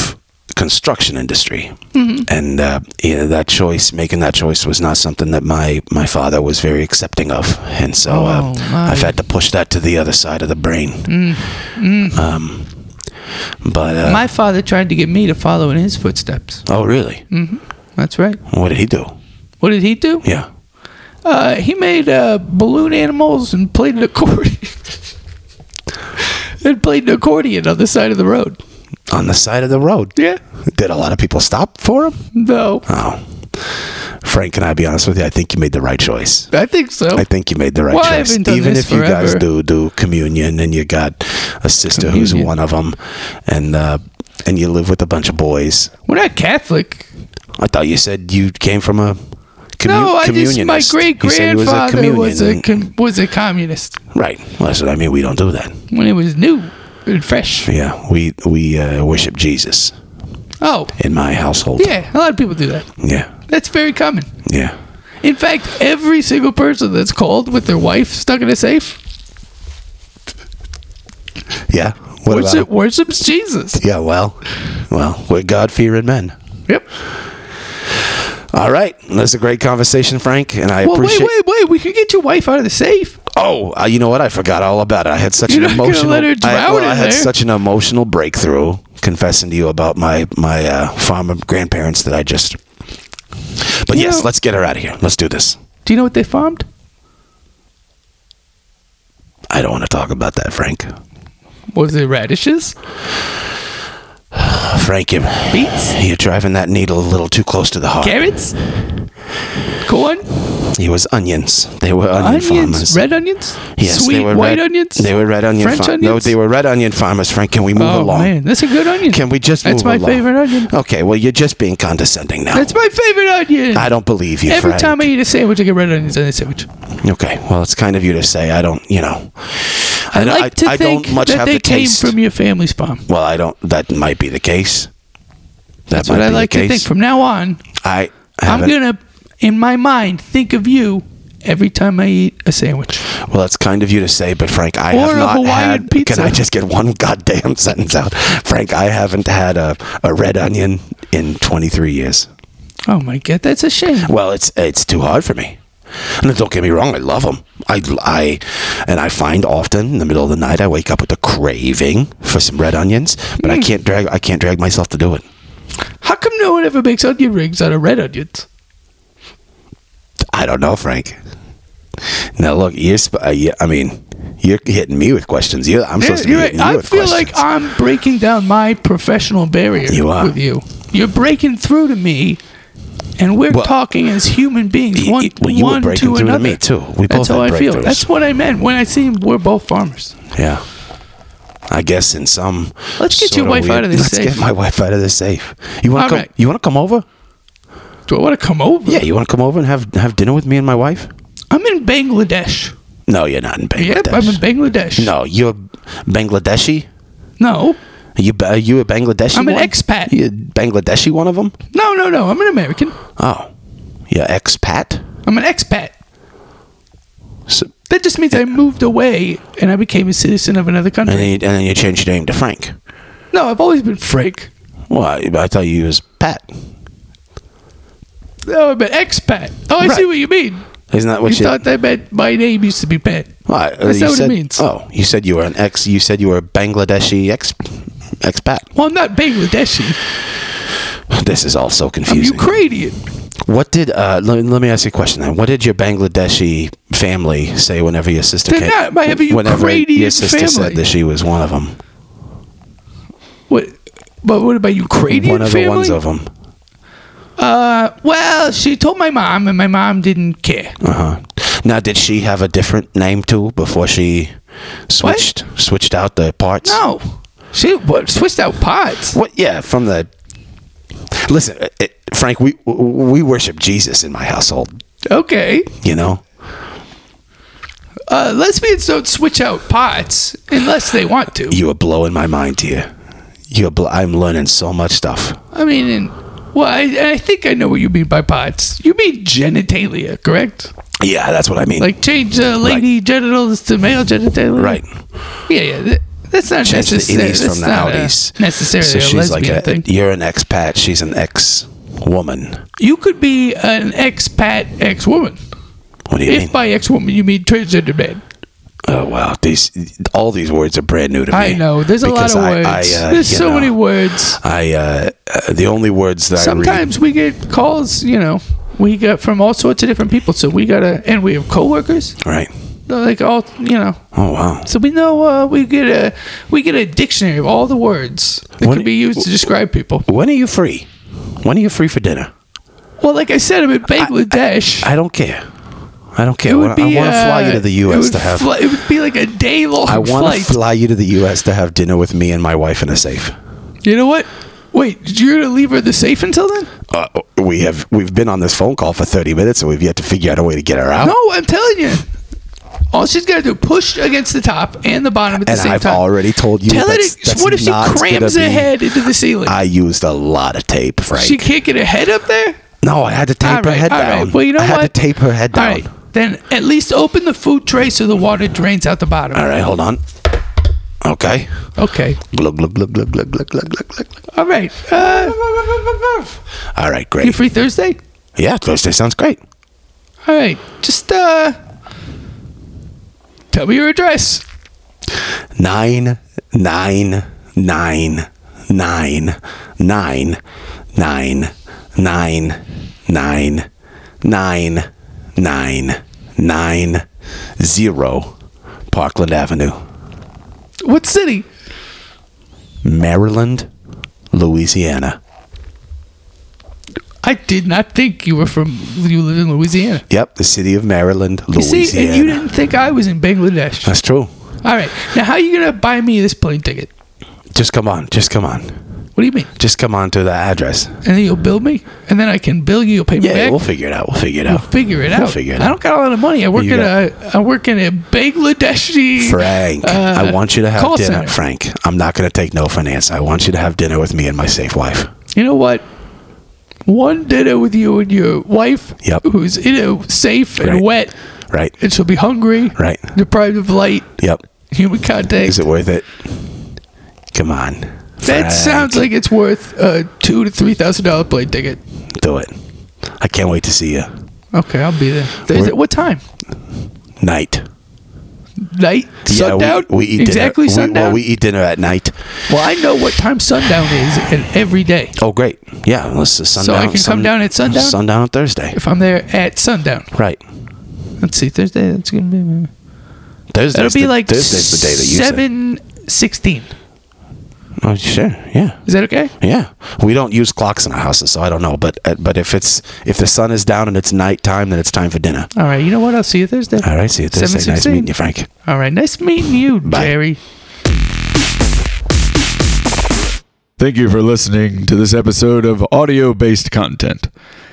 Speaker 3: construction industry,
Speaker 2: Mm-hmm.
Speaker 3: and uh, you know that choice making that choice was not something that my my father was very accepting of, and so uh,
Speaker 2: Oh, my. Mm.
Speaker 3: I've had to push that to the other side of the brain. Um, but uh,
Speaker 2: My father tried to get me to follow in his footsteps.
Speaker 3: oh really?
Speaker 2: That's right.
Speaker 3: What did he do?
Speaker 2: What did he do?
Speaker 3: Yeah.
Speaker 2: Uh, he made uh, balloon animals and played an accordion. and played an accordion on the side of the road.
Speaker 3: on the side of the road.
Speaker 2: Yeah.
Speaker 3: Did a lot of people stop for him?
Speaker 2: No,
Speaker 3: Oh. Frank, can I be honest with you? I think you made the right choice.
Speaker 2: I think so.
Speaker 3: I think you made the right
Speaker 2: Well, I
Speaker 3: choice.
Speaker 2: haven't done
Speaker 3: Even
Speaker 2: this
Speaker 3: if you guys
Speaker 2: forever.
Speaker 3: do do communion and you got a sister who's
Speaker 2: Communion.
Speaker 3: one of them and uh, and you live with a bunch of boys.
Speaker 2: We're not Catholic.
Speaker 3: I thought you said you came from a commu-
Speaker 2: No, I just
Speaker 3: communionist.
Speaker 2: my great
Speaker 3: He said he was a
Speaker 2: grandfather was a
Speaker 3: communion.
Speaker 2: com- was a communist
Speaker 3: Right. Well, that's what I mean. We don't do that.
Speaker 2: when it was new and fresh.
Speaker 3: Yeah, we we uh, worship Jesus
Speaker 2: Oh,
Speaker 3: in my household.
Speaker 2: yeah, a lot of people do that.
Speaker 3: Yeah.
Speaker 2: That's very common.
Speaker 3: Yeah.
Speaker 2: In fact, every single person that's called with their wife stuck in a safe
Speaker 3: Yeah. What about
Speaker 2: worship, worships Jesus.
Speaker 3: Yeah, well, well, we're God-fearing men.
Speaker 2: Yep.
Speaker 3: All right, that's a great conversation, Frank, and I
Speaker 2: Well, wait,
Speaker 3: appreciate.
Speaker 2: wait, wait. We could get your wife out of the safe.
Speaker 3: Oh, uh, you know what? I forgot all about it. I had such
Speaker 2: You're not
Speaker 3: an
Speaker 2: gonna
Speaker 3: emotional.
Speaker 2: let her
Speaker 3: I,
Speaker 2: drown
Speaker 3: well,
Speaker 2: in
Speaker 3: I had
Speaker 2: there.
Speaker 3: such an emotional breakthrough confessing to you about my my uh, farm grandparents that I just. But
Speaker 2: You
Speaker 3: yes,
Speaker 2: know-
Speaker 3: let's get her out of here. Let's do this.
Speaker 2: Do you know what they farmed?
Speaker 3: I don't want to talk about that, Frank.
Speaker 2: Was it radishes?
Speaker 3: Uh, Frank, you're,
Speaker 2: Beets?
Speaker 3: you're driving that needle a little too close to the heart.
Speaker 2: Carrots? Corn?
Speaker 3: He was onions. They were onion
Speaker 2: Onions?
Speaker 3: farmers.
Speaker 2: Red onions?
Speaker 3: Yes,
Speaker 2: Sweet
Speaker 3: they were
Speaker 2: white
Speaker 3: red,
Speaker 2: onions?
Speaker 3: They were red onion
Speaker 2: French
Speaker 3: farmers. No,
Speaker 2: onions?
Speaker 3: they were red onion farmers. Frank, can we move
Speaker 2: Oh,
Speaker 3: along?
Speaker 2: man. That's a good onion.
Speaker 3: Can we just
Speaker 2: That's
Speaker 3: move
Speaker 2: my
Speaker 3: along?
Speaker 2: favorite onion.
Speaker 3: Okay, well, you're just being condescending now.
Speaker 2: That's my favorite onion.
Speaker 3: I don't believe you,
Speaker 2: Every
Speaker 3: Frank.
Speaker 2: time I eat a sandwich, I get red onions on the sandwich.
Speaker 3: okay, well, it's kind of you to say. I don't, you know.
Speaker 2: I,
Speaker 3: don't-
Speaker 2: like to
Speaker 3: I
Speaker 2: think
Speaker 3: don't much
Speaker 2: that
Speaker 3: have
Speaker 2: they
Speaker 3: the
Speaker 2: came
Speaker 3: taste.
Speaker 2: from your family's farm.
Speaker 3: well, I don't. That might be the case. That
Speaker 2: That's what
Speaker 3: might
Speaker 2: I
Speaker 3: be
Speaker 2: like
Speaker 3: the
Speaker 2: to think.
Speaker 3: case.
Speaker 2: From now on,
Speaker 3: I
Speaker 2: I'm
Speaker 3: haven't-
Speaker 2: gonna, in my mind, think of you every time I eat a sandwich.
Speaker 3: Well, that's kind of you to say, but Frank, I
Speaker 2: Or
Speaker 3: have
Speaker 2: a
Speaker 3: not
Speaker 2: Hawaiian
Speaker 3: had.
Speaker 2: pizza.
Speaker 3: Can I just get one goddamn sentence out, Frank? I haven't had a, a red onion in 23 years.
Speaker 2: Oh my god, that's a shame.
Speaker 3: Well, it's it's too hard for me. And don't get me wrong, I love them. I, I and I find often in the middle of the night I wake up with a craving for some red onions, but
Speaker 2: Hmm.
Speaker 3: I can't drag I can't drag myself to do it.
Speaker 2: How come no one ever makes onion rings out of red onions?
Speaker 3: I don't know, Frank. Now look, you're sp- uh, you, I mean, you're hitting me with questions. You, I'm supposed to be
Speaker 2: You're right.
Speaker 3: hitting you
Speaker 2: I
Speaker 3: with
Speaker 2: feel
Speaker 3: questions.
Speaker 2: like I'm breaking down my professional barrier
Speaker 3: You are.
Speaker 2: with you. You're breaking through to me, and we're
Speaker 3: Well-
Speaker 2: talking as human beings,
Speaker 3: Y-
Speaker 2: one,
Speaker 3: y- well, you were
Speaker 2: one
Speaker 3: breaking
Speaker 2: to
Speaker 3: through to
Speaker 2: another.
Speaker 3: me, too. We both
Speaker 2: That's how
Speaker 3: had
Speaker 2: I feel.
Speaker 3: breakthroughs.
Speaker 2: That's what I meant when I seen we're both farmers.
Speaker 3: yeah. I guess in some.
Speaker 2: Let's get
Speaker 3: sort
Speaker 2: your
Speaker 3: of
Speaker 2: wife
Speaker 3: weird-
Speaker 2: out of this
Speaker 3: Let's
Speaker 2: safe.
Speaker 3: get my wife out of this safe. You want
Speaker 2: All
Speaker 3: to come?
Speaker 2: right.
Speaker 3: You want to come over?
Speaker 2: Do I want to come over?
Speaker 3: Yeah, you want to come over and have have dinner with me and my wife?
Speaker 2: I'm in Bangladesh.
Speaker 3: No, you're not in Bangladesh.
Speaker 2: Yep, I'm in Bangladesh.
Speaker 3: No, you're Bangladeshi.
Speaker 2: No.
Speaker 3: Are you are you a Bangladeshi?
Speaker 2: I'm an
Speaker 3: one?
Speaker 2: expat.
Speaker 3: You a Bangladeshi one of them?
Speaker 2: No, no, no. I'm an American.
Speaker 3: Oh, you're expat.
Speaker 2: I'm an expat.
Speaker 3: So,
Speaker 2: That just means I moved away and I became a citizen of another
Speaker 3: and
Speaker 2: country.
Speaker 3: then you, and then you change your name to Frank.
Speaker 2: No, I've always been Frank.
Speaker 3: Well, I, I thought you was Pat.
Speaker 2: No, I'm an expat. Oh, I see
Speaker 3: Right.
Speaker 2: what you mean.
Speaker 3: Isn't that
Speaker 2: You
Speaker 3: what you?
Speaker 2: thought that meant my name used to be Pat.
Speaker 3: Well, I-
Speaker 2: That's
Speaker 3: you
Speaker 2: not what it
Speaker 3: said-
Speaker 2: means.
Speaker 3: Oh, you said you were an ex. You said you were a Bangladeshi ex expat.
Speaker 2: Well, I'm not Bangladeshi.
Speaker 3: This is all so
Speaker 2: I'm
Speaker 3: confusing.
Speaker 2: Ukrainian.
Speaker 3: What did? Uh, let, let me ask you a question then. What did your Bangladeshi family say whenever your sister
Speaker 2: They're
Speaker 3: came?
Speaker 2: not- I have a
Speaker 3: whenever your
Speaker 2: Ukrainian
Speaker 3: sister said
Speaker 2: family.
Speaker 3: that she was one of them.
Speaker 2: What? But what about Ukrainian
Speaker 3: one of
Speaker 2: family?
Speaker 3: the ones of them.
Speaker 2: uh, well, she told my mom, and my mom didn't care.
Speaker 3: Uh huh. Now, did she have a different name too before she switched switched out the parts?
Speaker 2: No, she what, switched out pots.
Speaker 3: What? Yeah, from the. Listen, it, it- Frank. We we worship Jesus in my household.
Speaker 2: Okay,
Speaker 3: You know.
Speaker 2: uh, lesbians don't switch out pots unless they want to.
Speaker 3: You are blowing my mind here. You are bl- I'm learning so much stuff.
Speaker 2: I mean, and, well, I, I think I know what you mean by pots. You mean genitalia, correct?
Speaker 3: Yeah, that's what I mean.
Speaker 2: Like change uh, lady genitals to male genitalia.
Speaker 3: right.
Speaker 2: Yeah, yeah. th- that's not
Speaker 3: Change the
Speaker 2: necessary.
Speaker 3: innies from the outies.
Speaker 2: necessarily
Speaker 3: So
Speaker 2: a
Speaker 3: she's like
Speaker 2: lesbian
Speaker 3: a.
Speaker 2: thing.
Speaker 3: You're an expat. She's an ex woman.
Speaker 2: You could be an expat ex-woman.
Speaker 3: What do you mean?
Speaker 2: If by ex-woman you mean transgender man.
Speaker 3: Oh wow! These all these words are brand new to me.
Speaker 2: I know. There's a
Speaker 3: Because
Speaker 2: lot of
Speaker 3: I-
Speaker 2: words.
Speaker 3: I, uh,
Speaker 2: There's
Speaker 3: you
Speaker 2: so
Speaker 3: know,
Speaker 2: many words.
Speaker 3: I uh, uh, the only words that
Speaker 2: Sometimes we get calls, you know, we got from all sorts of different people. So we gotta, and we have coworkers,
Speaker 3: I read. Right.
Speaker 2: like all, you know.
Speaker 3: Oh wow.
Speaker 2: So we know uh, we get a we get a dictionary of all the words that
Speaker 3: When-
Speaker 2: can be used to describe people.
Speaker 3: When are you free? When are you free for dinner?
Speaker 2: Well, like I said, I'm in Bangladesh.
Speaker 3: I don't care. I don't care.
Speaker 2: it
Speaker 3: I
Speaker 2: would
Speaker 3: wanna-
Speaker 2: be.
Speaker 3: I want to
Speaker 2: uh,
Speaker 3: fly you to the
Speaker 2: it
Speaker 3: U.S.
Speaker 2: would
Speaker 3: to have.
Speaker 2: fly- it would be like a day long
Speaker 3: I want
Speaker 2: flight.
Speaker 3: to fly you to the U.S. to have dinner with me and my wife in a safe.
Speaker 2: you know what? Wait, you're gonna leave her the safe until then?
Speaker 3: Uh, we have we've been on this phone call for 30 minutes and we've yet to figure out a way to get her out.
Speaker 2: No, I'm telling you. All she's got to do push against the top and the bottom at the
Speaker 3: and
Speaker 2: same
Speaker 3: I've
Speaker 2: time.
Speaker 3: already told you
Speaker 2: Tell her
Speaker 3: that's,
Speaker 2: to-
Speaker 3: that's
Speaker 2: what if she
Speaker 3: not gonna
Speaker 2: crams her
Speaker 3: be-
Speaker 2: head into the ceiling?
Speaker 3: I used a lot of tape, Frank.
Speaker 2: she can't get her head up there.
Speaker 3: no, I had to tape
Speaker 2: All
Speaker 3: her
Speaker 2: right,
Speaker 3: head
Speaker 2: all
Speaker 3: down.
Speaker 2: right. Well, you know
Speaker 3: I had
Speaker 2: what?
Speaker 3: to tape her head
Speaker 2: All
Speaker 3: down.
Speaker 2: right, then at least open the food tray so the water drains out the bottom.
Speaker 3: All right, hold on. Okay.
Speaker 2: Okay.
Speaker 3: Glug, glug, glug, glug, glug, glug, glug, glug, glug.
Speaker 2: All right. Uh,
Speaker 3: All right,
Speaker 2: you
Speaker 3: great.
Speaker 2: free Thursday?
Speaker 3: Yeah, Thursday sounds great.
Speaker 2: All right. Just uh, tell me your address.
Speaker 3: Nine, nine, nine, nine, nine, nine, nine, nine, nine, nine, nine, zero, Parkland Avenue,
Speaker 2: What city?
Speaker 3: Maryland, Louisiana.
Speaker 2: I did not think you were from. You live in Louisiana.
Speaker 3: Yep, the city of Maryland,
Speaker 2: You see, and you
Speaker 3: Louisiana. Uh,
Speaker 2: didn't think I was in Bangladesh.
Speaker 3: That's true.
Speaker 2: All right. Now, how are you gonna buy me this plane ticket?
Speaker 3: Just come on. Just come on.
Speaker 2: What do you mean?
Speaker 3: Just come on to the address.
Speaker 2: And then you'll bill me, and then I can bill you. You'll pay me
Speaker 3: Yeah,
Speaker 2: back.
Speaker 3: we'll figure it out. We'll figure it
Speaker 2: We'll
Speaker 3: out.
Speaker 2: figure it
Speaker 3: We'll
Speaker 2: out.
Speaker 3: figure it
Speaker 2: I
Speaker 3: out.
Speaker 2: don't got a lot of money. I work
Speaker 3: You
Speaker 2: in a I work in a Bangladeshi.
Speaker 3: Frank, I want you to have
Speaker 2: uh, call
Speaker 3: dinner.
Speaker 2: center. Frank.
Speaker 3: Frank, I'm not going to take no for an answer. I want you to have dinner with me and my safe wife.
Speaker 2: You know what? One dinner with you and your wife,
Speaker 3: Yep.
Speaker 2: who's you know safe and
Speaker 3: Right.
Speaker 2: wet,
Speaker 3: Right?
Speaker 2: and she'll be hungry,
Speaker 3: Right.
Speaker 2: Deprived of light,
Speaker 3: Yep.
Speaker 2: human contact.
Speaker 3: Is it worth it? Come on.
Speaker 2: that sounds like it's worth a two to three thousand dollar plane ticket.
Speaker 3: Do it. I can't wait to see you.
Speaker 2: Okay, I'll be there. There's
Speaker 3: We're-
Speaker 2: what time?
Speaker 3: Night.
Speaker 2: Night? sundown?
Speaker 3: we, we eat
Speaker 2: exactly
Speaker 3: dinner. We,
Speaker 2: sundown.
Speaker 3: well, we eat dinner at night.
Speaker 2: well, I know what time sundown is, and every day.
Speaker 3: Oh, great. Yeah, unless it's sundown.
Speaker 2: I can come down at sundown?
Speaker 3: Sundown on Thursday.
Speaker 2: If I'm there at sundown,
Speaker 3: Right.
Speaker 2: let's see Thursday. That's gonna be.
Speaker 3: Thursday.
Speaker 2: That'll be like
Speaker 3: Thursday's the day that you said.
Speaker 2: seven sixteen.
Speaker 3: Oh, sure. Yeah.
Speaker 2: Is that okay?
Speaker 3: Yeah, we don't use clocks in our houses, so I don't know. But uh, but if it's if the sun is down and it's nighttime, then it's time for dinner.
Speaker 2: All right. You know what? I'll see you Thursday.
Speaker 3: All right, see you Thursday. Nice
Speaker 2: 7:16.
Speaker 3: meeting you, Frank.
Speaker 2: All right. Nice meeting you, Jerry.
Speaker 1: Thank you for listening to this episode of audio based content.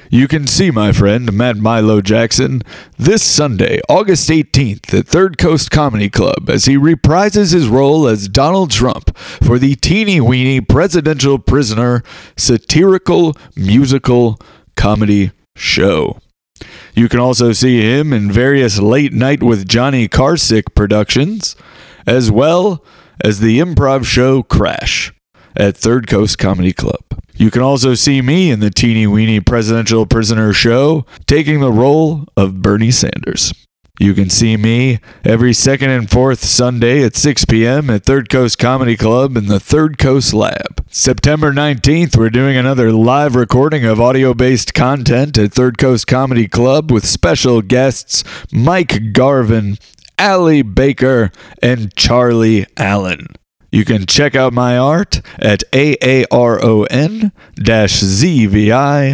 Speaker 1: You can see my friend Matt Milo Jackson this Sunday, August 18th at Third Coast Comedy Club as he reprises his role as Donald Trump for the teeny weeny presidential prisoner satirical musical comedy show. You can also see him in various Late Night with Johnny Carsick productions, as well as the improv show Crash at Third Coast Comedy Club. You can also see me in the teeny weeny presidential prisoner show, taking the role of Bernie Sanders. You can see me every second and fourth Sunday at 6 p.m. at Third Coast Comedy Club in the Third Coast Lab. September 19th, we're doing another live recording of audio based content at Third Coast Comedy Club with special guests Mike Garvin, Allie Baker, and Charlie Allen. You can check out my art at aaron zvi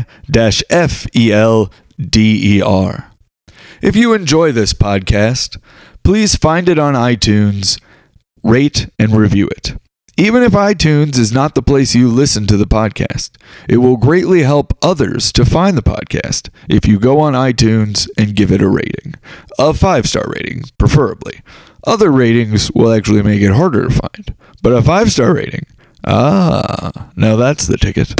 Speaker 1: E felder. E If you enjoy this podcast, please find it on iTunes, rate, and review it. Even if iTunes is not the place you listen to the podcast, it will greatly help others to find the podcast if you go on iTunes and give it a rating. A five star rating, preferably. Other ratings will actually make it harder to find, but a five star rating, ah, now that's the ticket.